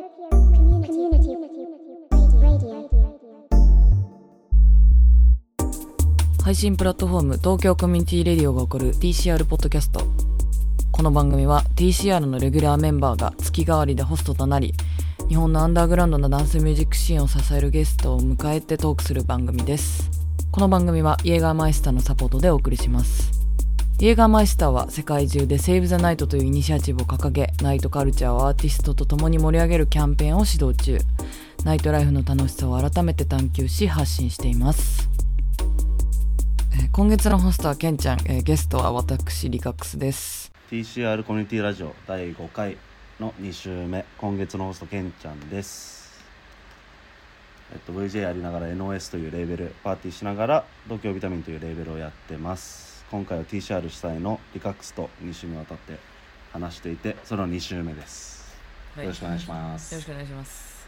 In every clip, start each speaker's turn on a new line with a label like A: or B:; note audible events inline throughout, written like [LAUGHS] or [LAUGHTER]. A: Community Radio.
B: 配信プラットフォーム東京コミュニティレディオが送る TCR ポッドキャストこの番組は TCR のレギュラーメンバーが月替わりでホストとなり日本のアンダーグラウンドなダンスミュージックシーンを支えるゲストを迎えてトークする番組ですこの番組はイエーガーマイスターのサポートでお送りしますイエーガーマイスターは世界中で「セーブ・ザ・ナイト」というイニシアチブを掲げナイトカルチャーをアーティストと共に盛り上げるキャンペーンを指導中ナイトライフの楽しさを改めて探求し発信していますえー今月のホストはケンちゃん、えーゲストは私リカックスです
C: TCR コミュニティラジオ第5回の2週目今月のホストけんちゃんですえっと VJ やりながら NOS というレーベルパーティーしながら東京ビタミンというレーベルをやってます今回は TCR 主催のリカックスと2週にわたって話していてその2週目です、よろしくお願いしま
B: よろし
C: す
B: くお願いします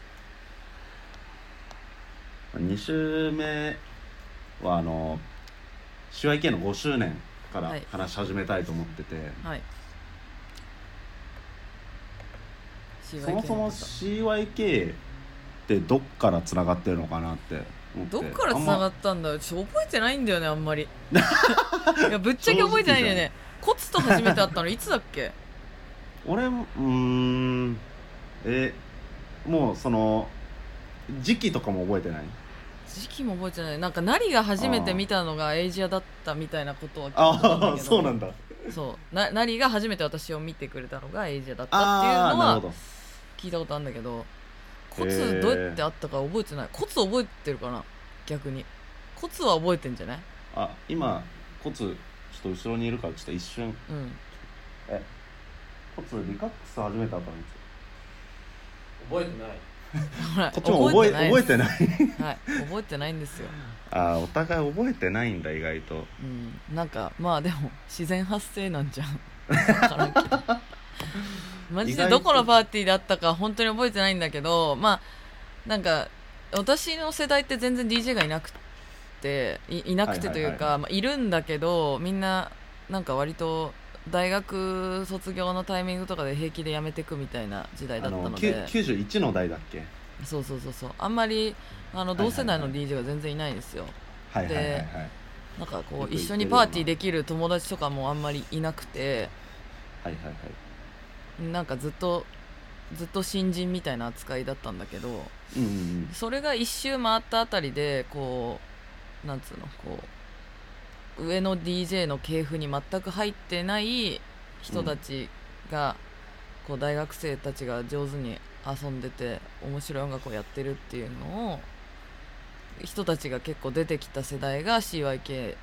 C: 2週目はあの CYK の5周年から
B: はい
C: 話し始めたいと思ってて、
B: はい
C: そもそも CYK ってどっからつながってるのかなって思って
B: どっからつなが
C: っ
B: ったんだよちょ覚えてないんだよねあんま
C: [LAUGHS]
B: りいやぶっちゃけ覚えてないんだよねコツと初めて会ったのいつだっけ
C: 俺もうーんえもうその時期とかも覚えてない
B: 時期も覚えてないなんかナリが初めて見たのがエイジアだったみたいなことは聞いたんだ
C: あ
B: け
C: あ
B: ど
C: そうなんだ
B: そうなナリが初めて私を見てくれたのがエイジアだったっていう
C: ああ
B: の
C: ーな
B: は
C: るほど
B: 聞いたことあるんだけどコ
C: へ
B: ツ
C: ー
B: どうやってあったか覚えてないコツ覚えてるかな逆にコツは覚えてんじゃない
C: あ今コツちょっと後ろにいるからちょっと一瞬
B: うん
C: コツリカックス初めて会ったのいつ
D: 覚えてない
B: ほら
C: こっちも覚え
B: ない
C: 覚えてない [LAUGHS]
B: はい覚えてないんですよ
C: ああお互い覚えてないんだ意外と
B: うんなんかまあでも自然発生なんじゃ
C: [LAUGHS]
B: んわからんけどマジ
C: 意
B: で
C: 外と
B: どこのパーティーだったか本当に覚えてないんだけどまあなんか私の世代って全然 DJ がいなくていいなくてというか、
C: はい
B: まあ、いるんだけどみんななんか割と大学卒業のタイミングとかで平気で辞めてくみたいな時代だ
C: あ
B: った
C: の
B: の
C: きゅ
B: で
C: 91の代だっけ
B: そうそうそうそうあんまりあの
C: はいはいはい
B: 同世代の DJ が全然いないんですよ、
C: はいはいはいはい
B: なんか
C: よ
B: こう
C: く行ってるような
B: 一緒にパーティーできる友達とかもあんまりいなくて
C: はいはいはい
B: なんかずっとずっと新人みたいな扱いだったんだけど
C: うんうんうん
B: それが一周回ったあたりでこうなんつうのこう上の DJ の系譜に全く入ってない人たちが、こう大学生たちが上手に遊んでて面白い音楽をやってるっていうのを人たちが結構出てきた世代が CYK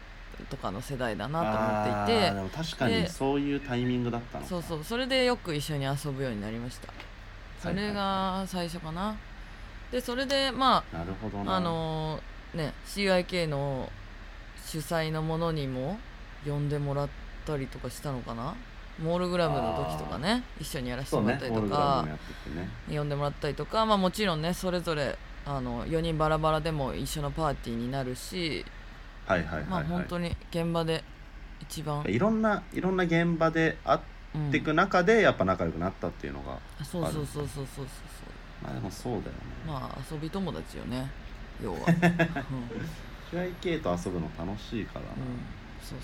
B: とかの世代だなと思ってい
C: あー
B: て
C: でも確かに
B: で
C: そういうタイミングだったのか
B: そうそうそれでよく一緒に遊ぶようになりましたそれが最初かなでそれでまあ
C: なるほどな
B: あのーね CIK の主催のものにも呼んでもらったりとかしたのかなモールグラムの時とかね一緒にやらせて
C: そう
B: もら
C: ね
B: ったり
C: ホー
B: と
C: ルグラ
B: か
C: ムも、やっててね
B: 呼んでもらったりとか、まあ、もちろんねそれぞれあの4人バラバラでも一緒のパーティーになるし、
C: はいはいはい、はい
B: まあ本当に現場で一番、
C: いろんないろんな現場で会っ
B: うん
C: ていく中でやっぱ仲良くなったっていうのが、
B: そうそうそうそうそうそう
C: まあでもそうだよね、
B: まあ遊び友達よね要は、
C: [LAUGHS]
B: うん、
C: CIK と遊ぶの楽しいからな、
B: うんそうそう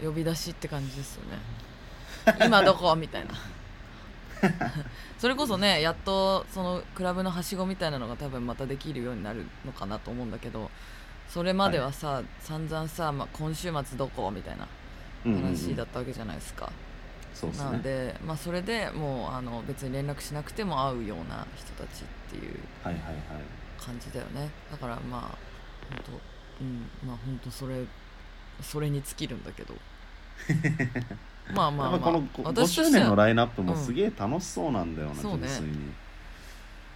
B: そう呼び出しって感じですよね今どこみたいな [LAUGHS] それこそねやっとそのクラブのはしごみたいなのが多分またできるようになるのかなと思うんだけどそれまではさ、散々さ、まあ、今週末どこみたいな
C: うんうんうん
B: 話だったわけじゃないですか、
C: そうです
B: な
C: ね
B: ので、まあ、それでもうあの別に連絡しなくても会うような人たちっていう
C: はいはいはい
B: 感じだよねだからまあ本当うんまあ本当それそれに尽きるんだ
C: [LAUGHS]
B: けどまあまあまあ
C: やっぱこのご5
B: と
C: 周
B: して
C: 年の
B: は
C: ラインナップも
B: うん
C: すげえ楽しそうなんだよね、
B: そうね
C: 純粋に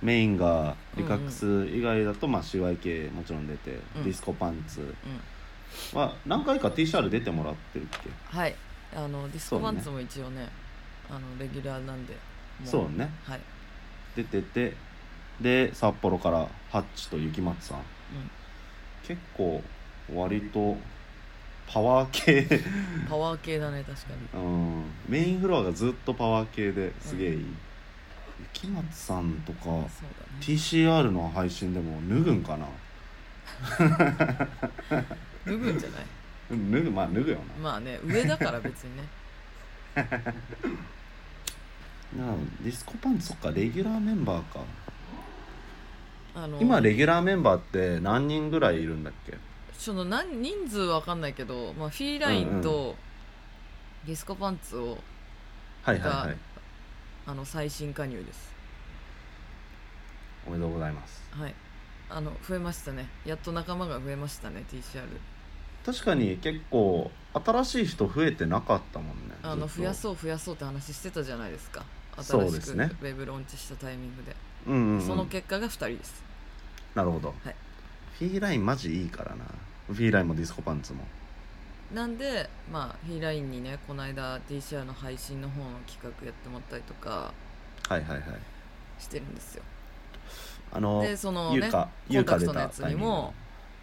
C: メインがリカックス以外だと、まあ、CYK もちろん出て、
B: うん
C: ディスコパンツ
B: うん
C: は何回か TCR 出てもらってるっけ
B: はいあのディスコ
C: そうね
B: パンツも一応ねあのレギュラーなんでも
C: そうね
B: はい、
C: 出ててで札幌からハッチと雪松さん結構割とパワー系 [LAUGHS]
B: うん、パワー系だね確かに
C: うんメインフロアがずっとパワー系ですげえいい、雪松さんとか、
B: そうだね
C: TCR の配信でも脱ぐんかな
B: 脱ぐんじゃない
C: 脱ぐまあ脱ぐよ
B: まあね上だから別
C: [LAUGHS]
B: にね
C: ななあディスコパンツそっかレギュラーメンバーか
B: あの
C: 今レギュラーメンバーって何人ぐらいいるんだっけ
B: その何人数わかんないけど、まあ、フィーラインとディスコパンツを、
C: はいはいは
B: が
C: い
B: あの最新加入です
C: おめでとうございます
B: はいあの増えましたねやっと仲間が増えましたね TCR
C: 確かに結構新しい人増えてなかったもんね
B: あの
C: ずっと
B: 増やそう増やそうって話してたじゃないですか
C: そう
B: 新し
C: です
B: くウ
C: ね
B: ェブローンチしたタイミングで、
C: うんうんうん、
B: その結果が2人です
C: なるほど、
B: はい
C: フィーラインマジいいからなフィーラインもディスコパンツも
B: なんでまあヒーラインにねこの間 TCR の配信の方の企画やってもらったりとか
C: はいはいはい
B: してるんですよ
C: あの
B: でその
C: ゆ
B: ね
C: うか
B: コ
C: ゆ
B: ン
C: う
B: タ
C: か
B: ク
C: 出
B: トの
C: た
B: やつ
C: タ
B: に
C: イミング
B: も、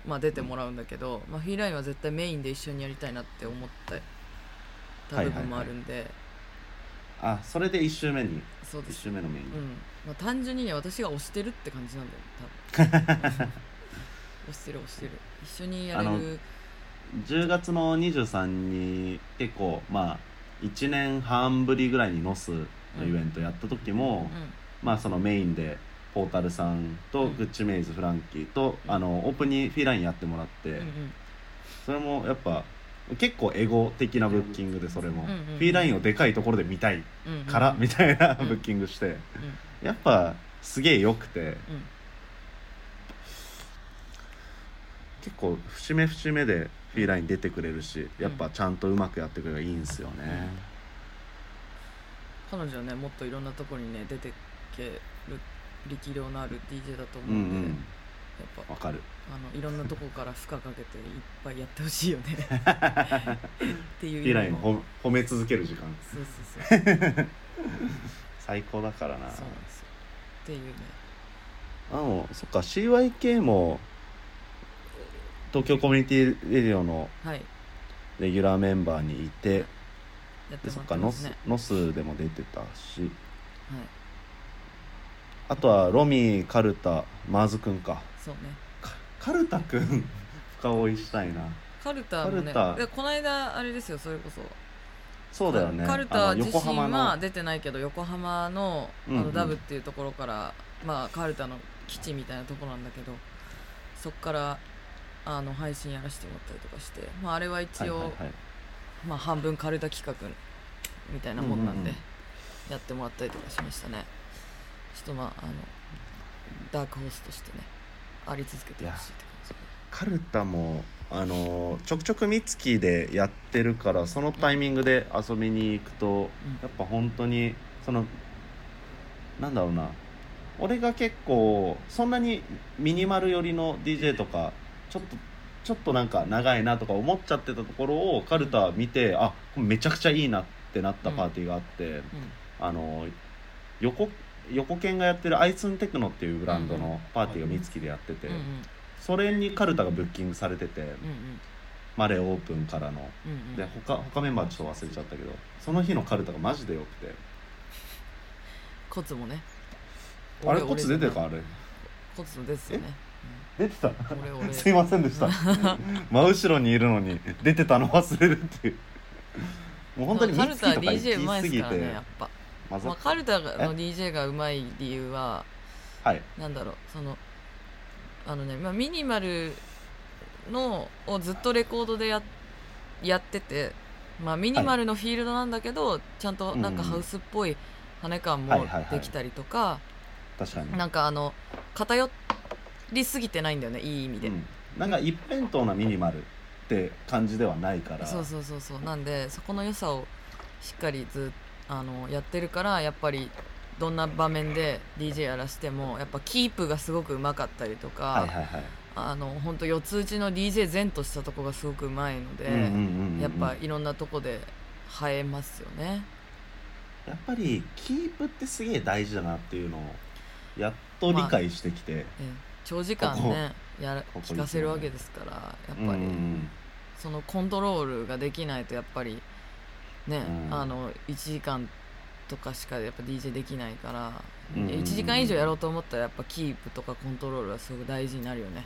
B: まあ、出てもらうんだけど、まあ、フィーラインは絶対メインで一緒にやりたいなって思ったた部分もあるんで、
C: あそれで1周目に
B: そうで
C: 1
B: す
C: 周目のメイン、
B: うんまあ、単純にね私が推してるって感じなんだよ [LAUGHS] 多分推してる推してる一緒にやれ
C: あの
B: る
C: 10月の23に結構まあ1年半ぶりぐらいにノスのイベントやった時も、まあそのメインでポータルさんと
B: うん
C: グッチメイズフランキーと、
B: うん
C: あのオープンにフィーラインやってもらって、
B: うんうん
C: それもやっぱ結構エゴ的なブッキングでそれも、
B: うんうんうん
C: フィーラインをでかいところで見たい
B: うんうん
C: からみたいな
B: うん
C: ブッキングして、やっぱすげえ良くて
B: うんうん
C: 結構節目節目でフィーライン出てくれるしやっぱちゃんとうまくやってくればいいんすよね、
B: 彼女はねもっといろんなところにね出てける力量のある DJ だと思
C: うんう
B: うんで、
C: ん
B: やっぱ
C: わかる
B: あのいろんなとこから負荷かけていっぱいやってほしいよねっていう
C: フィーラインを
B: そう
C: ほ褒め続ける時間
B: そうそう
C: 最高だからな
B: そうなんですよっていうね
C: あのそっか CYK も東京コミュニティレディオの
B: はい
C: レギュラーメンバーにいて
B: やっても
C: でそ
B: らっ
C: っ
B: て
C: かノ
B: ます
C: ス
B: ね
C: ノスでも出てたし
B: はい
C: あとはロミーカルタマーズくんか
B: そうね
C: かカルタくん深追いしたいな
B: カルタもね
C: カルタ
B: でこの間あれですよそれこそ
C: そうだよね
B: カル
C: あ
B: タ
C: の
B: 自
C: 横
B: 身
C: 浜
B: は
C: の
B: 出てないけど横浜のあ
C: うんう
B: の
C: ん
B: ダブっていうところから、まあ、カルタの基地みたいなところなんだけどそっからあの配信やらせてもらったりとかして、まあ、あれは一応、
C: はいはいはい
B: まあ、半分カルタ企画みたいなもんなんで、
C: うんうん
B: やってもらったりとかしましたねちょっとまああのダークホースとしてねあり続けてほしいって感
C: カルタもあのちょくちょくミツキでやってるからそのタイミングで遊びに行くと、
B: うん
C: やっぱ本当にそのなんだろうな俺が結構そんなにミニマル寄りの DJ とかちょっとちょっとなんか長いなとか思っちゃってたところをカルタ見てあめちゃくちゃいいなってなったパーティーがあって、
B: じ、うん
C: あの横横剣がやってるアイツンテクノっていうブランドのパーティーがミツキでやってて、
B: うんうん
C: それにカルタがブッキングされてて、
B: うん
C: マレーオープンからの
B: うんうんうん
C: で他他メンバーちょっと忘れちゃったけどその日のカルタがマジでよくて
B: コツもね
C: あ
B: 俺
C: れコツ出てるかあれ
B: コツもですよね
C: 出てた
B: うん俺俺
C: すいませんでした真後ろにいるのに出てたの忘れるっていうもう [LAUGHS] 本当に
B: カ
C: ミ
B: ル
C: ツ
B: タは
C: キとか
B: DJ うま
C: 行
B: いです
C: き過ぎ
B: からね
C: て
B: やっぱ、
C: まず
B: まあ、カルタの DJ がうまい理由は
C: はい
B: なんだろうそのあのね、まあ、ミニマルのをずっとレコードでややってて、まあ、ミニマルのフィールドなんだけど、ちゃんとなんか
C: うんうん
B: ハウスっぽい跳ね感
C: はい
B: も
C: はいはい
B: できたりとか、
C: 確かに
B: なんかあの偏りすぎてないんだよねいい意味で、
C: うんなんか一辺倒なミニマルって感じではないから
B: そうそうそうそうなんでそこの良さをしっかりずあのやってるからやっぱりどんな場面で DJ やらしてもやっぱキープがすごくうまかったりとか、
C: はいはいはい、
B: あの本当四つ打ちの DJ 前としたとこがすごくうまいので、
C: うんうんうんうん
B: やっぱいろんなとこで映えますよね
C: やっぱりキープってすげえ大事だなっていうのをやっと理解してきて、
B: ええ長時間ねやら
C: ここ
B: 聞かせるわけですからやっぱり、
C: うんうん
B: そのコントロールができないとやっぱりね、
C: うん
B: あの1時間とかしかやっぱ DJ できないから、
C: うん
B: 1時間以上やろうと思ったらやっぱキープとかコントロールはすごく大事になるよね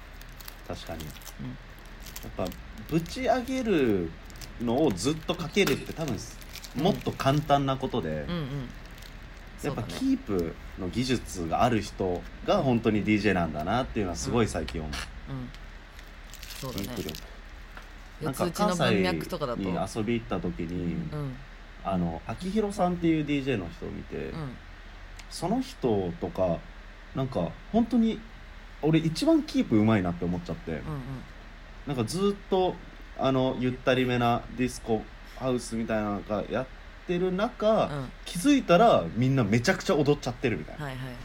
C: 確かに、やっぱぶち上げるのをずっとかけるって多分もっと簡単なことで、
B: うんうんそ
C: や
B: う
C: っ
B: だ
C: ぱ
B: ね
C: キープの技術がある人が本当に DJ なんだなっていうのはすごい最近思う、
B: うんそうだ
C: キ
B: ね
C: ープ力
B: 四
C: なん
B: つ
C: か
B: 打ちの文
C: 関西
B: 脈とかだとう
C: に
B: んうん
C: 遊び行った時に、
D: うん
C: あの秋広さんっていう DJ の人を見て、
B: うん
C: その人とかなんか本当に俺一番キープうまいなって思っちゃって、
B: うん
C: なんかずっとあのゆったりめなディスコハウスみたいなのがやってる中、
B: うんうん
C: 気づいたらみんなめちゃくちゃ踊っちゃってるみたいな、
B: はいはいはい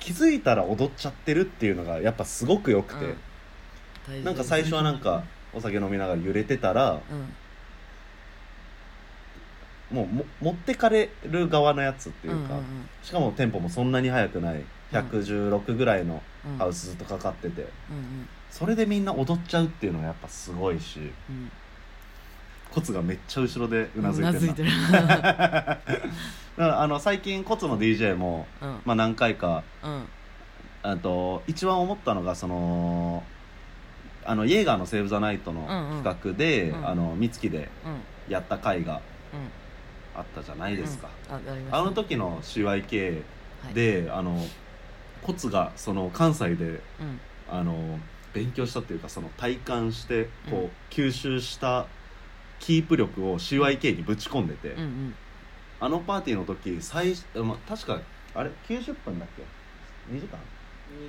C: 気づいたら踊っちゃってるっていうのがやっぱすごくよくて、
B: はい
C: なんか最初はなんかお酒飲みながら揺れてたら
B: うん
C: もうも持ってかれる側のやつっていうか、
B: んん
C: しかもテンポもそんなに速くない116ぐらいの
B: うんうん
C: ハウスずっとかかってて、
B: うんうん
C: それでみんな踊っちゃうっていうのがやっぱすごいし
B: うん
C: コツがめっちゃ後ろでうなずいてるな
B: うなずいてる
C: だからあの最近コツの DJ も、
B: うん
C: まあ、何回か
B: うん
C: あと一番思ったのがそのあのイェーガーの「セーブ・ザ・ナイト」の
B: うんうん
C: 企画で、
B: うん
C: あの三月で
B: うん
C: やった回が
B: うん
C: あったじゃないですか、
B: あやりました
C: あの時の CYK
B: はい
C: で、あのコツがその関西で
B: うん
C: あの勉強したっていうかその体感してこう、
B: うん
C: 吸収したキープ力を CYK にぶち込んでて、
B: うんうん
C: あのパーティーの時最、まあ、確かあれ90分だっけ2時間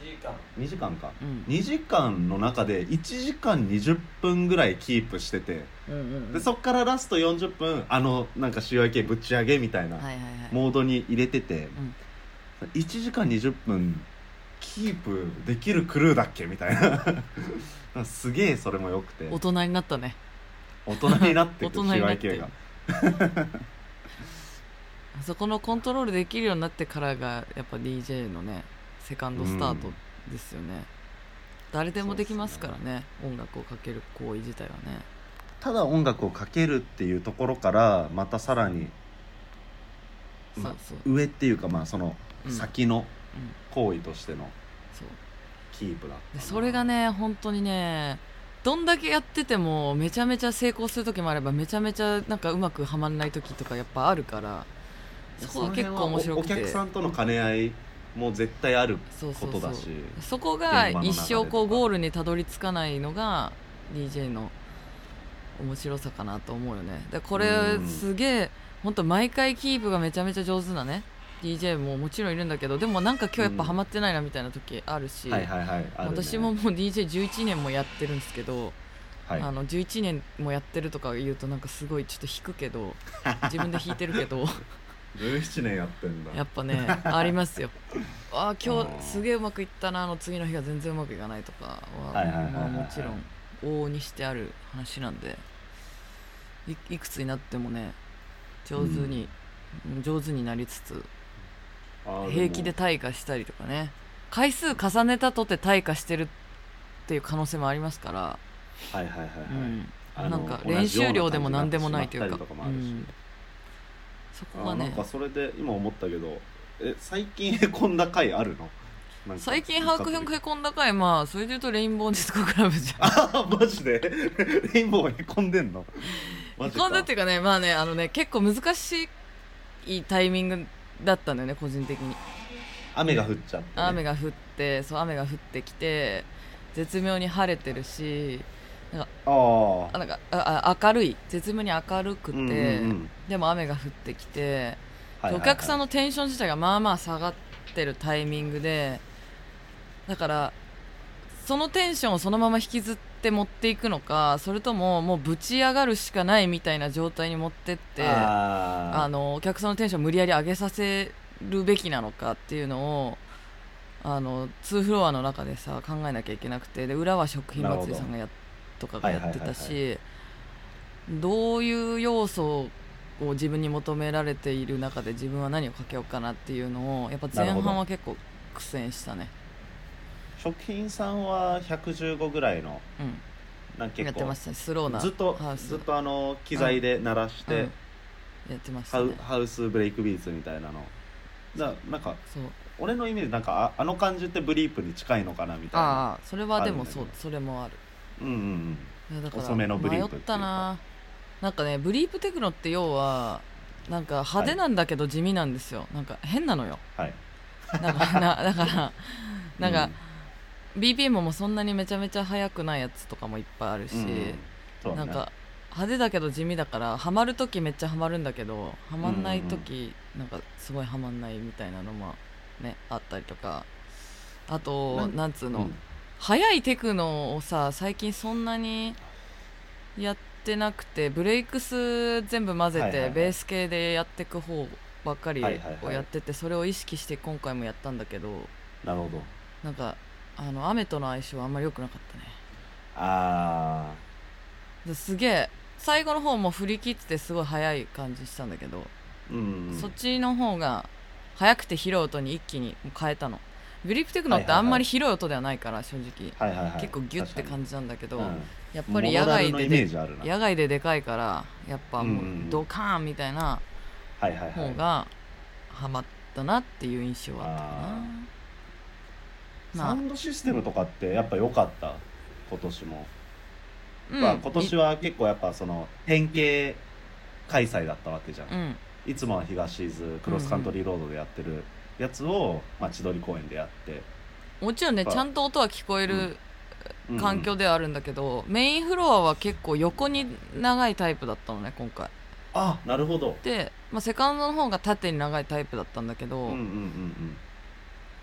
D: 2時間
C: 2時間か
B: うん
C: 2時間の中で1時間20分ぐらいキープしてて
B: うんうんうん
C: でそっからラスト40分あのなんか CYK ぶち上げみたいな
B: はいはいはい
C: モードに入れてて、
B: ん
C: 1時間20分キープできるクルーだっけみたいな
B: [LAUGHS]
C: なんかすげえそれもよくて
B: 大人になったね
C: 大人になって
B: [LAUGHS] 大
C: く
B: 人になってる
C: CYK が
B: あそこのコントロールできるようになってからがやっぱ DJ のねセカンドスタートですよね、誰でもできますからね音楽をかける行為自体はね
C: ただ音楽をかけるっていうところからまたさらに、
B: そ
C: まあ
B: うそう、
C: 上っていうかまあその
B: うん
C: 先の
B: うん、
C: 行為としての
B: そう
C: キープだった
B: で
C: な
B: それがね本当にねどんだけやっててもめちゃめちゃ成功する時もあればめちゃめちゃなんかうまくはまんない時とかやっぱあるからそこが結構面白くて
C: おお客さんとの兼ね合いも絶対ある
B: そうそ
C: こ
B: う
C: と
B: そ
C: だ
B: う
C: し
B: そこが
C: 現場の中で
B: 一
C: とか
B: 生こうゴールにたどり着かないのが DJ の面白さかなと思うよねだからこれ
C: うん
B: すげえ本当毎回キープがめちゃめちゃ上手なね DJ ももちろんいるんだけどでもなんか今日やっぱハマってないなみたいな時あるし、
C: はいはいはいあるね
B: 私ももう DJ11 年もやってるんですけど、
C: はい
B: あの11年もやってるとか言うとなんかすごいちょっと引くけど自分で弾いてるけど
C: 17年やってんだ
B: やっ
C: [LAUGHS]
B: ぱねありますよあー今
C: うん
B: 日すげえうまくいったなあの次の日が全然うまくいかないとか
C: はいはいはいは
B: はいまあもちろん往々にしてある話なんでいいくつになってもね上手に、上手になりつつ
C: あー
B: 平気で
C: も
B: 退化したりとかね回数重ねたとて退化してるっていう可能性もありますから、
C: はいはいはいはい、
B: うん
C: あの
B: なんか
C: 同じ
B: 練習量でも何でもないというか
C: ような感じになってしまったりとかもあるし
B: そ
C: あ
B: こ
C: ー
B: が
C: な
B: ね
C: んかそれで今思ったけどえ最近へこんだ回あるのなんか
B: 最近把握変へこんだかいまあそれで言うとレインボーディスコクラブじゃん
C: あーマジでレインボーへこんでんのマ
B: へ
C: ジか
B: こんだっていうかねまあねあのね結構難しいタイミングだったんだよね個人的に
C: 雨が降っちゃって、ね、
B: 雨が降ってそう雨が降ってきて絶妙に晴れてるし
C: あ
B: あなんかああ明るい絶妙に明るくて、
C: うんうんうん
B: でも雨が降ってきて、
C: あ
B: お客さん
C: の
B: のテンション自体がまあまあ下がってるタイミングでだからそのテンションをそのまま引きずって持っていくのかそれとももうぶち上がるしかないみたいな状態に持ってってあ
C: あー
B: のお客さんのテンションを無理やり上げさせるべきなのかっていうのをあの2フロアの中でさ考えなきゃいけなくてで裏は食品祭りさんがやとかがやってたし、
C: はいは
B: どういう要素を自分に求められている中で自分は何をかけようかなっていうのをやっぱ前
C: なるほ
B: 半
C: ど
B: は結構苦戦したね、
C: 食品さんは115ぐらいの
B: うん、
C: なんか
B: や
C: 結
B: ってま
C: 構
B: したねスローな
C: ずっと
B: ハウス
C: ずっとあの機材で鳴らして、
B: うんやってまし
C: ハ
B: た
C: ウ
B: ね
C: ハウスブレイクビーツみたいなのだなんか
B: そう
C: 俺のイメージなんかああの感じってブリープに近いのかなみたいな
B: ああそれはでもそ
C: あ
B: う
C: るんだけ
B: それもある
C: うんうんうん
B: いやだから
C: 遅めのブリープって
B: 迷
C: い
B: っ
C: うか
B: たななんかねブリープテクノって要はなんか派手なんだけど地味なんですよ、なんか変なのよ
C: はい
B: なんか [LAUGHS] なだからなん
C: う
B: か、BPM もそんなにめちゃめちゃ速くないやつとかもいっぱいあるし、
C: うんうんそうだ
B: なん
C: ね
B: か派手だけど地味だからハマる時めっちゃハマるんだけどハマんない時なんかすごいハマんないみたいなのもねあったりとかあと
C: なん
B: なんつう
C: う
B: の、
C: ん
B: 速いテクノをさ最近そんなにやってなくてブレイクス全部混ぜて、
C: はいはいはい
B: ベース系でやってく方ばっかり
C: はいはいはい
B: をやってて、それを意識して今回もやったんだけど
C: なるほど
B: なんかあの雨との相性はあんまり良くなかったね
C: あ
B: ですげえ最後の方も振り切ってすごい速い感じしたんだけど、
C: ーうんうん
B: そっちの方が速くて拾う音に一気に変えたのグリップテクノってあんまり拾う音ではないから正直、
C: はいはいはい
B: 結構ギュッて感じなんだけど、
C: 確かにうん
B: やっぱり野外
C: モノラルの
B: で
C: イメ
B: で
C: ージあるな
B: 野外ででかいからやっぱも
C: うんうんう
B: うんドカーンみたいな
C: はいはいは
B: 方
C: い
B: がハマったなっていう印象はあったかな、
C: サウンドシステムとかってやっぱ良かった今年も、
B: まあ、
C: まあ、今年
B: は
C: は結構やっぱその変形開催だったわけじゃん、
B: うん
C: いつもは東伊豆クロスカントリーロードでやってるやつを、まあ、千鳥公園でやって、
B: もちろんね
C: やっ
B: ち
C: ぱ
B: ゃんと音は聞こえる
C: うん
B: 環境ではあるんだけど、メインフロアは結構横に長いタイプだったのね今回
C: あなるほど
B: で、まあ、セカンドの方が縦に長いタイプだったんだけど、
C: うんうんうんうん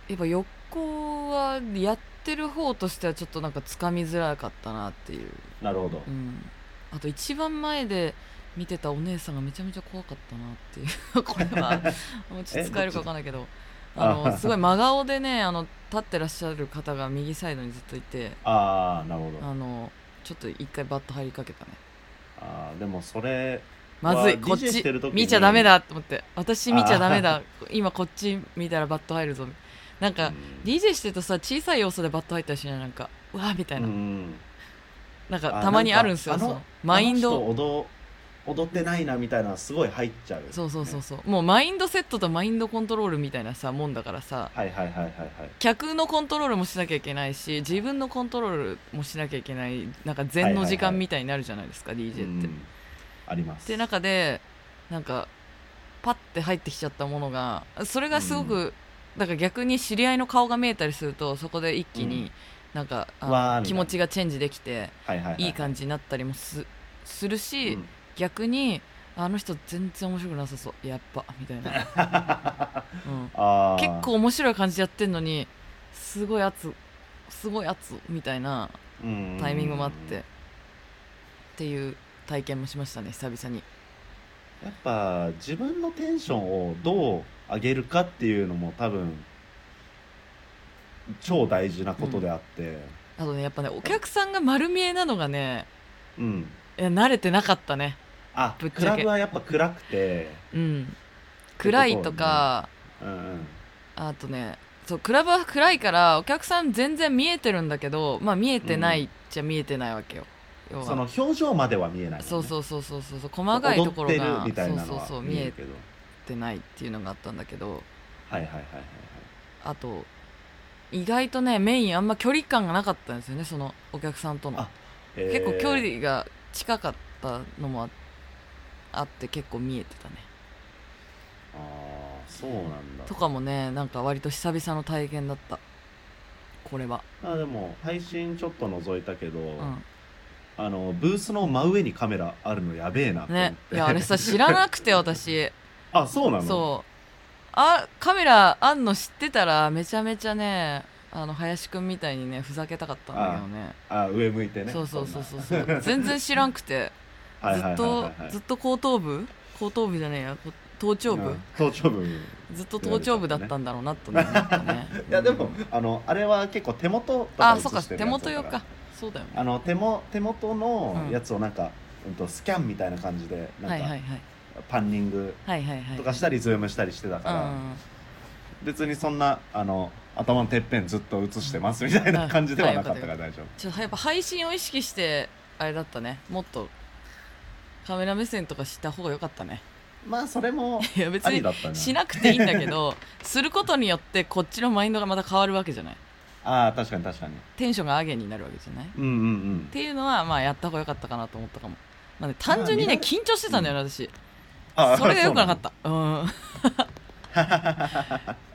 B: やっぱ横はやってる方としてはちょっとなんかつかみづらかったなっていう
C: なるほど
B: うん、あと一番前で見てたお姉さんがめちゃめちゃ怖かったなっていう
C: [LAUGHS]
B: これはもうちょっと使えるか分かんないけど
C: あ
B: あのすごい真顔でねあの立ってらっしゃる方が右サイドにずっといて
C: ああなるほど
B: あのちょっと一回バット入りかけたね
C: あーでもそれ
B: まずい
C: わあ
B: こっ
C: DJ し
B: ち
C: てる時に
B: 見ちゃダメだと思って私見ちゃダメだ今こっち見たらバット入るぞなん
C: う
B: か
C: ん
B: DJ してるとさ小さい要素でバット入ったりしないなんかうわーみたいな、
C: うん
B: なんかたまにあるんですよ
C: あ
B: そ
C: なんかあの
B: のマインド
C: あの人踊踊ってないなみたいなのすごい入っちゃう
B: そうそうそうそう、もうマインドセットとマインドコントロールみたいなさもんだからさ
C: はいはいはいはいはい
B: 客のコントロールもしなきゃいけないし自分のコントロールもしなきゃいけないなんか禅の時
C: はいはいは
B: 間
C: い
B: みたいになるじゃないですか、DJ って。
C: うんあります
B: で中でなんかパッて入ってきちゃったものがそれがすごく、だから逆に知り合いの顔が見えたりするとそこで一気
C: う
B: になんか、あの
C: わーみた
B: 気
C: いな
B: 持ちがチェンジできて
C: はいはいはい
B: いい感じになったりもすするし、 [LAUGHS]
C: うん
B: 逆にあの人全然面白くなさそうやっぱみたい
C: [LAUGHS]
B: な。
C: あ
B: うん
C: ー
B: 結構面白い感じでやってんのにすごい圧すごい圧みたいな
C: うん
B: タイミングもあってっていう体験もしましたね久々に
C: やっぱ自分のテンションをどう上げるかっていうのも多分超大事なことであって
B: あとねやっぱねお客さんが丸見えなのがね
C: うん、
B: いや慣れてなかったね
C: あ
B: ぶっちゃけ
C: クラブはやっぱ暗くて
B: うん暗いとか
C: うんうん
B: あとねそうクラブは暗いからお客さん全然見えてるんだけどまあ見えてないっちゃ見えてないわけよ、要は
C: その表情までは見えないもんね、
B: そうそうそうそうそう細かいところ
C: 踊って
B: が
C: るみたいな
B: そうそ
C: の
B: う
C: は
B: そう見
C: 見え
B: え
C: るけど
B: てないっていうのがあったんだけど
C: はいはいはいはい
B: あと意外とねメインあんま距離感がなかったんですよねそのお客さんとの
C: あはい、
B: 結構距
C: えー
B: 離が近かったのもああって結構見えてたね
C: あーそうなんだ
B: とかもねなんか割と久々の体験だったこれは
C: あでも配信ちょっと覗いたけど、
B: うん
C: あのブースの真上にカメラあるのやべえなって思って
B: ねいやあれさ知らなくて私
C: [LAUGHS] あそうなの
B: そうあカメラあんの知ってたらめちゃめちゃねあの林くんみたいにねふざけたかったんだけどね
C: あ上向いてね
B: そうそうそうそ
C: そう
B: そう全然知らんくて
C: んなはい
B: ず
C: は
B: っ
C: いはい
B: と
C: はいはい
B: ずっと後頭部後頭部じゃねえやこ頭頂部、
C: うん頭頂部い
B: ずっと頭頂部だったんだろうなとね思った
C: [LAUGHS]
B: ね
C: やでも、
B: うん
C: あのあれは結構手元とか
B: あ
C: 映して
B: そう
C: るや
B: か
C: つだ
B: 手元用かそうだよ
C: あ
B: ね
C: の手も手元の
B: うん
C: やつをなんか、うんとスキャンみたいな感じでな
B: は
C: ん
B: い
C: か、
B: はいはい
C: パンニング
B: はいはいはい
C: とかしたりズームしたりしてたから、別にそんなあの頭のてっぺんずっと映してますみたいな感じではなかったから大丈夫
B: うんちょっとやっぱ配信を意識してあれだったねもっとカメラ目線とかした方が良かったね
C: まあそれも
B: いや別
C: あり
B: に
C: だったね
B: しなくていいんだけど [LAUGHS] することによってこっちのマインドがまた変わるわけじゃない
C: ああ確かに確かに
B: テンションが上げになるわけじゃないっ
C: うんうんうん
B: ていうのはまあやった方が良かったかなと思ったかも、まあね、単純にね
C: まあ
B: 緊張してたんだよね私
C: あ
B: それが良くなかったたうん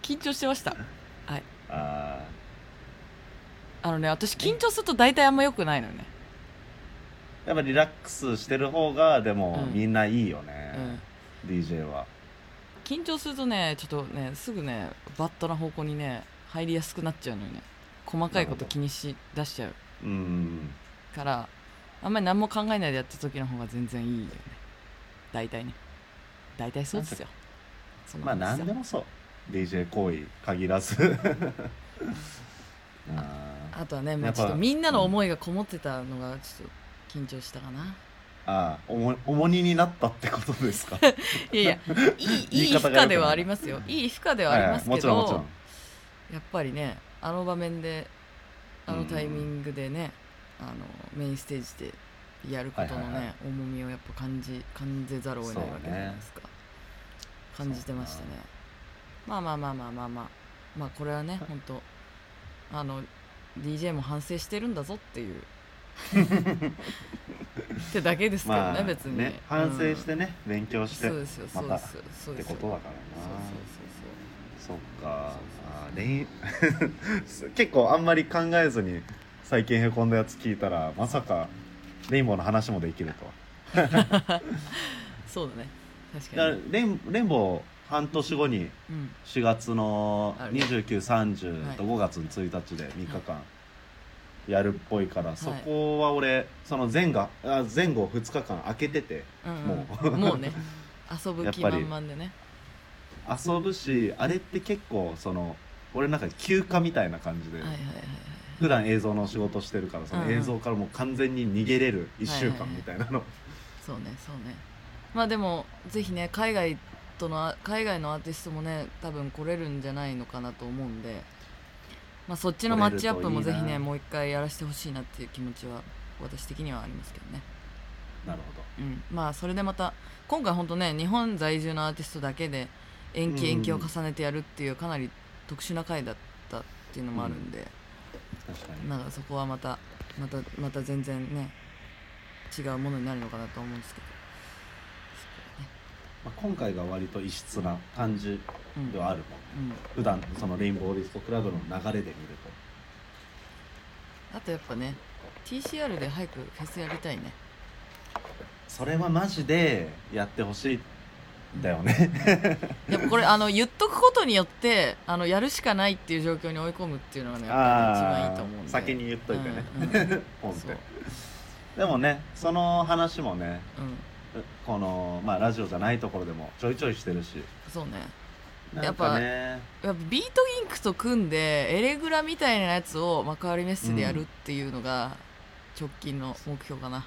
B: 緊張してました
C: あ
B: あのね私緊張すると大体あんま良くないのよね
C: ーやっぱリラックスしてる方がでも
B: うん
C: みんないいよ
B: う
C: ね
B: ん、
C: DJ は
B: 緊張するとねちょっとねすぐねバットな方向にね入りやすくなっちゃうのよね細かいこと気にし出しちゃう
C: うんうんうん
B: からあんまり何も考えないでやった時の方が全然いいよね大体ね大体そうですよそん
C: まあ
B: なもんす
C: 何
B: よ
C: でもそう DJ 行為限ら
B: [LAUGHS]
C: ずあー
B: あとはね、ま
C: や
B: あ、
C: っぱ
B: ちょっとみんなの思いがこもってたのがちょっと緊張したかな、
C: あーおも重荷になったってことです
B: [LAUGHS]
C: か
B: いやいやいいい
C: 言い
B: い
C: 方
B: 負荷
C: が良くない
B: ではありますよいい負荷ではあります
C: はいはいも
B: け
C: ち
B: ど、
C: ろんもちろん
B: やっぱりねあの場面であのタイミングでね、あのメインステージでやることのね、
C: はいはいは
B: 重みをやっぱ感じ感じざるを得ないわけじゃないですか、感じてましたねまあまあまあまあまあまあまあこれはね本当あの DJ も反省してるんだぞって
C: [LAUGHS]
B: いうってだけですけどね、
C: まあ
B: 別に、
C: ね反省して
B: ね、
C: ね、勉強してっ
B: そうですよ
C: ま
B: そうです
C: たっ
B: よそう
C: て
B: です
C: こ
B: よ
C: とだから
B: そうそうそうそうそうそうそう
C: なそっかあー恋 [LAUGHS] 結構あんまり考えずに最近へこんだやつ聞いたらまさかレインボーの話もできるとは
B: そうだね確
C: だ
B: か
C: から
B: に、
C: レインレインボー半年後に
B: うん、
C: 4月の
B: ある
C: 2930と
B: は
C: 5月の1日で3日間やるっぽいから、そこは俺その前があ前後2日間空けてて
B: うん
C: も
B: う、
C: うん
B: も
C: [LAUGHS]
B: うね遊ぶ気
C: やっぱり
B: 満々でね
C: 遊ぶしあれって結構その俺なんか休暇みたいな感じで、
B: はいはいはいはい
C: 普段映像の仕事してるからそ
B: うん
C: の
B: うん
C: 映像からもう完全に逃げれる1週
B: はいはいは
C: 間
B: い
C: みたいなの、
B: そうねそうねまあでもぜひね海外とのあ海外のアーティストもね多分来れるんじゃないのかなと思うんで、まあ、そっちのマッチアップも
C: 来れ
B: ぜ
C: る
B: ひ
C: といいな
B: ねもう一回やらせてほしいなっていう気持ちは私的にはありますけどね、
C: なるほど
B: うん、まあそれでまた今回本当ね日本在住のアーティストだけで延期延期を重ねてやるっていうかなり特殊な回だったっていうのもあるんで、
C: 確かに
B: なんかそこはまたまたまた全然ね違うものになるのかなと思うんですけ
C: まあ、今回が割と異質な感じ
B: ど、うん
C: ではあるもん
B: うん、
C: 普段そのレインボーリストクラブの流れで見ると
B: あとやっぱね TCR で早くフェスやりたいね
C: それはマジでやってほしいんだよね
B: やっぱこれあの言っとくことによってあのやるしかないっていう状況に追い込むっていうのがねやっぱり一番いいと思うんで
C: 先に言っといてね、
B: うんう
C: [LAUGHS]
B: ん
C: ポンって
B: そう
C: でもねその話もね
B: うん
C: この、まあ、ラジオじゃないところでもちょいちょいしてるし
B: そうね
C: なんかね
B: やっぱビートインクと組んでエレグラみたいなやつを幕張メッセでやるっていうのが直近の目標かな、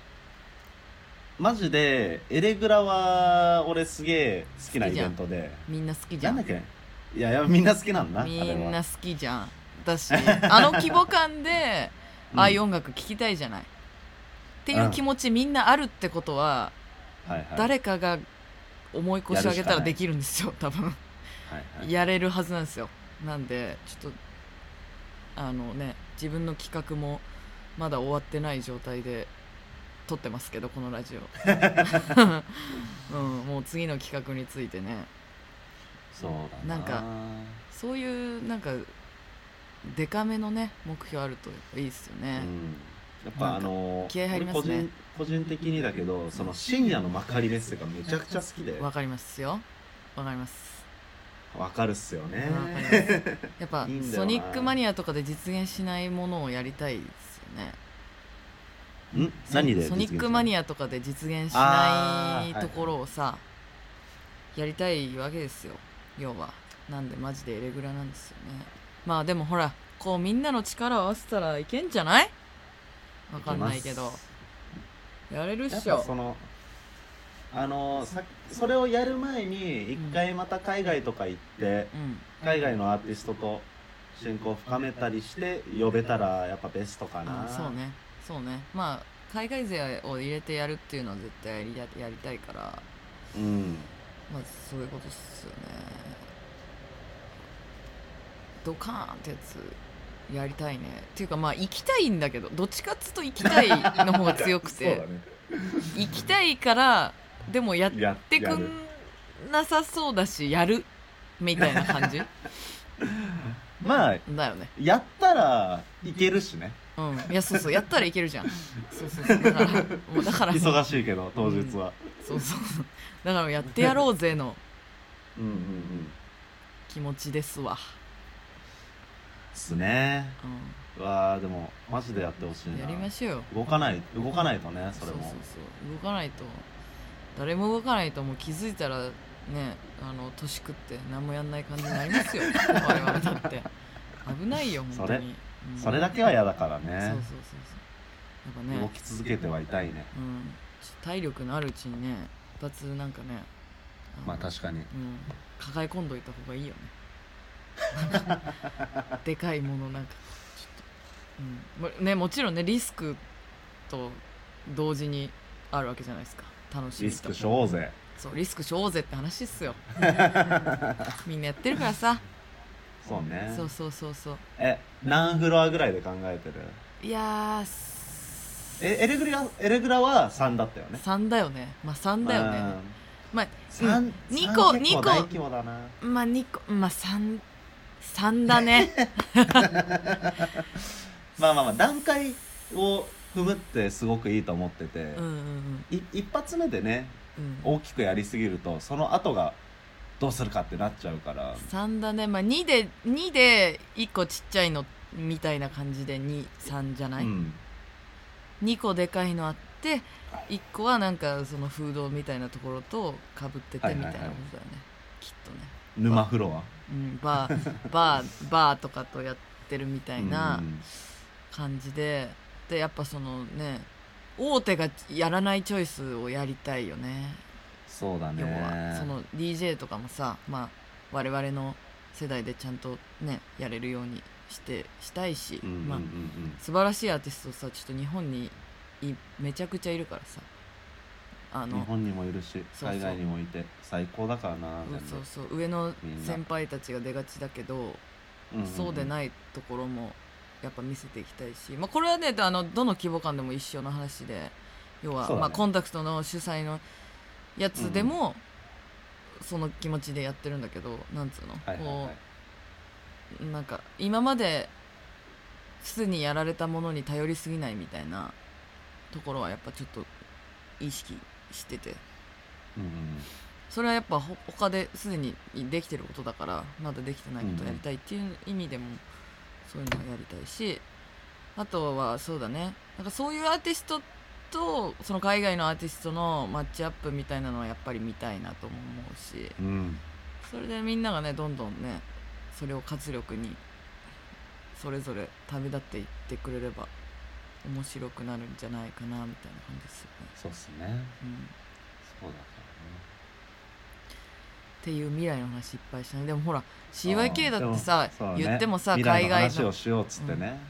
C: マジでエレグラは俺すげえ好きなイベントで
B: みんな好きじゃ
C: なん
B: ん
C: だっけいやいやみんな好きなんだ
B: み
C: あれ
B: んな
C: は
B: 好きじゃん私あの規模感で
C: [LAUGHS] うん
B: ああいう音楽聴きたいじゃない、っていう気持ちみんなあるってことは、
C: はいはい
B: 誰かが思い越し上げた
C: やるしかな
B: ら
C: い
B: できるんですよ多分
C: はいはい
B: やれるはずなんですよなんでちょっとあのね自分の企画もまだ終わってない状態で撮ってますけどこのラジ
C: [LAUGHS]
B: オ、うん、もう次の企画についてね
C: そうだ
B: な
C: な
B: んかそういうなんかデカめのね目標あるといいですよ
C: う
B: ね、
C: んやっ
B: なん
C: ぱ
B: か
C: あの
B: 気合入りますね
C: 俺個人個人的にだけどその深夜の幕張メッセがめちゃくちゃ好きで
B: わかりますよわかります
C: わかるっすよね
B: わかりますやっぱ
C: いいんだよな
B: ソニックマニアとかで実現しないものをやりたいですよね
C: ん何で
B: ソニックマニ
C: ア
B: アとかで実現しな
C: あー
B: いところをさ、やりたいわけですよ要はなんでマジでエレグラなんですよねまあでもほらこうみんなの力を合わせたらいけんじゃないわかんないけどやれるっ
C: やっ
B: し
C: ぱ
B: ょ
C: そのあのさそれをやる前に一回また海外とか行って
B: うん
C: 海外のアーティストと親交を深めたりして呼べたらやっぱベストかな
B: あそうねそうねまあ海外勢を入れてやるっていうのは絶対やりややりたいから
C: うん
B: まあそういうことっすよねドカーンってやつやりたいねっていうかまあ行きたいんだけどどっちかっつうと行きたいの方が強
A: [LAUGHS]
B: く
A: そうだ
B: て、
A: ね
B: 行きたいからでもやっ
A: やって
B: くんなさそうだしやるみたいな感じ
C: まあ
B: だよね
C: やったらいけるしね
B: うんいやそうそうやったらいけるじゃんそうそうそうだからもうだから
C: 忙しいけど当日は
B: そうそうだからやってやろうぜの
C: うんうんうん
B: 気持ちですわ、
C: ですね
B: う
C: うわあでもマジでやってほしい
B: ん、
C: な
B: やりましょうよ
C: 動かない動かないとねそれも
B: そうそうそう動かないと誰も動かないともう気づいたらねあの年食って何もやんない感じになり
C: [LAUGHS]
B: ますよ我々だって危ないよ本当にうん
C: それだけは嫌だか
B: そう
C: ら
B: そう
C: ね
B: そうそうやっぱ
C: 動
B: ね、
C: き続けてはいたいね
B: うん、ちょっと体力のあるうちにね一発なんかねの
C: まあ確か
B: う
C: に
B: ん、抱え込んどいた方がいいよねでかいものなんかちょっと、うんもね、もちろんねリスクと同時にあるわけじゃないですか楽しみ
C: リ
B: と
C: スクしようぜ
B: そうリスクしようぜって話っす
C: [LAUGHS]
B: よみんなやってるからさ
C: そうね
B: そうそうそうそう
C: え何フロアぐらいで考えてる
B: いやー
C: えエレグラエレグラは3だったよね
B: 3だよねまあ3だよねまあ
C: 三
B: 二
C: 三
B: 個
C: 結構
B: 二個
C: 大規模だな
B: まあ2個まあ3三だ
C: [LAUGHS]
B: ね
C: まあまあまあ段階を踏むってすごくいいと思ってて、
B: うんうんうん
C: い一発目でね
B: うん
C: 大きくやりすぎるとその後がどうするかってなっちゃうから
B: 3だねまあ2で2で1個ちっちゃいのみたいな感じで23じゃない、
C: うん
B: 2個でかいのあって1個はなんかそのフードみたいなところとかぶってて
C: は
B: み
C: い
B: たい
C: はい
B: な
C: は
B: こ
C: い
B: とだよね、きっとね、
C: 沼フロ
B: うん、バー [LAUGHS] バーバーとかとやってるみた
C: ア
B: いな
C: うん
B: 感じで、でやっぱそのね大手がやらないチョイスをやりたいよね
C: そうだね
B: 要はその DJ とかもさ、まあ、我々の世代でちゃんとねやれるようにしてしたいし、
C: うんうんうん
B: まあ、素晴らしいアーティストさちょっと日本にいめちゃくちゃいるからさあ
C: うん日
B: の
C: 本にもいるし
B: そうそう
C: 海外にもいて最高だからな
B: うんそうそう上の
C: みんな
B: 先輩たちが出がちだけど、そうで
C: い
B: ないところもやっぱ見せていきたいし、まあ、これはねあのどの規模感でも一緒の話で要は、
C: そうだ
B: ま
C: ね
B: あ、コンタクトの主催のやつでも、その気持ちでやってるんだけどなんつうの、
C: はいはいはい
B: こうなんか今まですでにやられたものに頼りすぎないみたいなところはやっぱちょっと意識してて
C: うんうん
B: それはやっぱほ他ですでにできてることだからまだできてないことをやりたいっていう意味でもそういうのはやりたいしあとはそうだねなんかそういうアーティストとその海外のアーティストのマッチアップみたいなのはやっぱり見たいなとも思うし
C: うんうん
B: それでみんながねどんどんねそれを活力にそれぞれ旅立っていってくれれば面白くなるんじゃないかなみたいな感じですよね。
C: そうっすね
B: うん
C: そうだか
B: っていう未来の話いっぱいしたねでもほら
C: らね
B: CYK だってさ
C: うんでもそうね
B: 言ってもさ
C: 未来
B: 海
C: の
B: 外
C: 話
B: の
C: をしようっつってね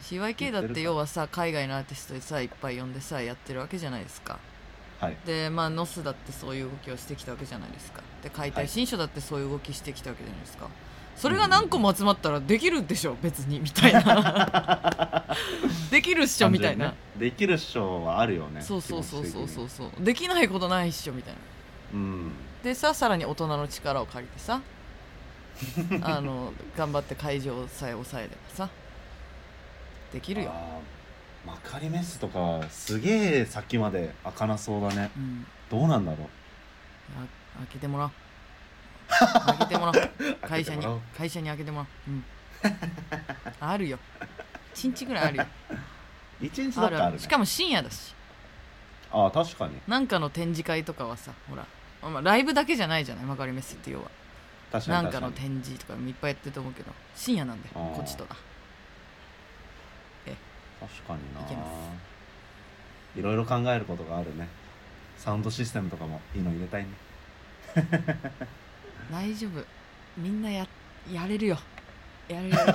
B: CYK だって要はさ海外のアーティストでさいっぱい呼んでさやってるわけじゃないですか
C: はい
B: でまあノスだってそういう動きをしてきたわけじゃないですかで解体新書だってそういう動きしてきたわけじゃないですか、それが何個も集まったらできるでしょ別にみたいな
C: [LAUGHS]
B: できるっしょみたいな、
C: 単純にねできる賞はあるよね
B: そうそうそうそう
C: 気
B: そ
C: 持
B: う
C: ち
B: そうできないことないっしょみたいな
C: 的にうん
B: でささらに大人の力を借りて
C: [LAUGHS]
B: さあの頑張って会場さえ抑えればさできるよ、
C: あーマカリメスとかすげえ先まで開かなそうだね
B: うん、
C: どうなんだろ
B: あ開けてもらおう開けてもらおう
C: [LAUGHS] う
B: 会社に
C: 開けてもらおう
B: 会社に開けてもらおう、うん、あるよ一日ぐらいあ
C: [LAUGHS]
B: るよ
C: 一日だ
B: あ
C: って
B: るあ
C: あ
B: る
C: るね
B: しかも深夜だし
C: ああ確かに
B: なんかの展示会とかはさほら、まあ、ライブだけじゃないじゃないマカリメッセって要は
C: 確か
B: なん
C: に確
B: か
C: か
B: の
C: に
B: 展示とかもいっぱいやってると思うけど深夜なんだよ
C: あー
B: こっちとか
C: 確かにない
B: けま
C: いろいろ考えることがあるねサウンドシステムとかもいいの入れたいね [LAUGHS]
B: 大丈夫みんなややれるよやれるよや
C: な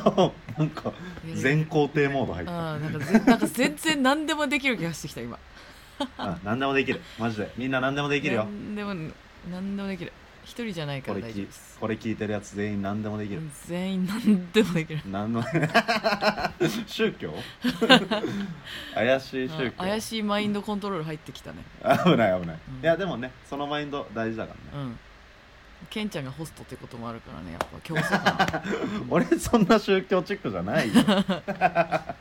C: んか
B: れる
C: [LAUGHS] 全肯定モード入っ
B: うんなん
C: た
B: かぜなんか全然何でもできる気がしてきた今
C: うん何でもできるマジでみんな何でもできるよ
B: 何でも何でもできる一人じゃないか
C: こ
B: ら
C: れ
B: 大丈夫
C: き
B: です
C: これ聞いてるやつ全員何でもできる、
B: 全員何でもできる
C: 何の [LAUGHS] 宗
B: [LAUGHS]
C: 教怪しい宗教
B: あ怪しいマインドコントロール入ってきたね
C: 危ない危ない、
B: うん
C: いやでもねそのマインド大事だからね、
B: うんケンちゃんがホストってこともあるからねやっぱ競争
C: [LAUGHS]
B: 感
C: 俺そんな宗教チックじゃな
B: [LAUGHS]
C: いよまあ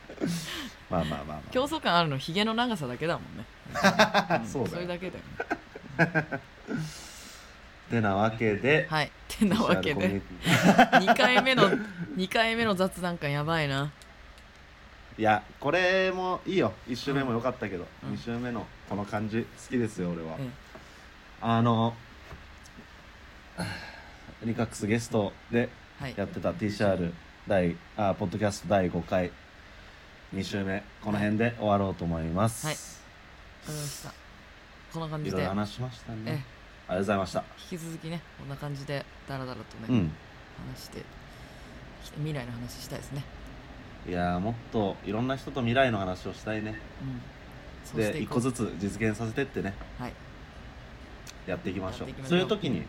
C: まあまあまあ
B: 競争感あるのヒゲの長さだけだ
C: [LAUGHS]
B: もんね、ん
C: そうだよ
B: れだけだよね
C: てなわけで、
B: はいってなわけで2回目の2回目の雑談感やばいない
C: やこれもいいよ1周目も良かったけど、
B: うん
C: 二2周目のこの感じ好きですよ俺は、
B: うん
C: あの [SIGHS] リカックスゲストで
B: はい
C: やってた TCR 第あポッドキャスト第5回2週目この辺で終わろうと思います、
B: はいわかりましたこんな感
C: い
B: じ
C: ろい
B: で
C: ろ話しましたね、
B: ええ
C: ありがとうございました
B: 引き続きねこんな感じでダラダラとね、
C: うん
B: 話して未来の話したいですね、
C: いやーもっといろんな人と未来の話をしたいね
B: うん、そうして
C: で
B: い
C: 一
B: こ
C: 個
B: う
C: ずつ実現させてってね
B: はい
C: やっていきましょう
B: やっていきましょ
C: そうういう時に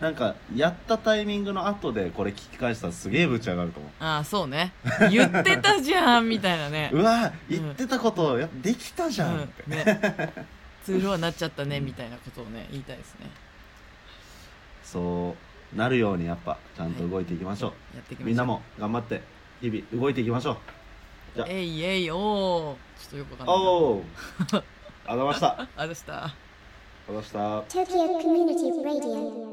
C: なんかやったタイミングの後でこれ聞き返したらすげえぶち上がると思
B: ああそうね言ってたじゃんみたいなね
C: [LAUGHS] ううわ
B: うん
C: ー言ってたことやできたじゃん、
B: うんね通路はなっちゃったねみたいなことをね言いたいですね
C: そうなるようにやっぱちゃんと動いていきましょう、
B: やっていきましょう
C: みんなも頑張って日々動いていきましょうじゃあ
B: えいえいおーちょっとよくわかんないな
C: おおありがとうございましたありがと
B: あでした
C: うございました
A: Tokyo Community Radio.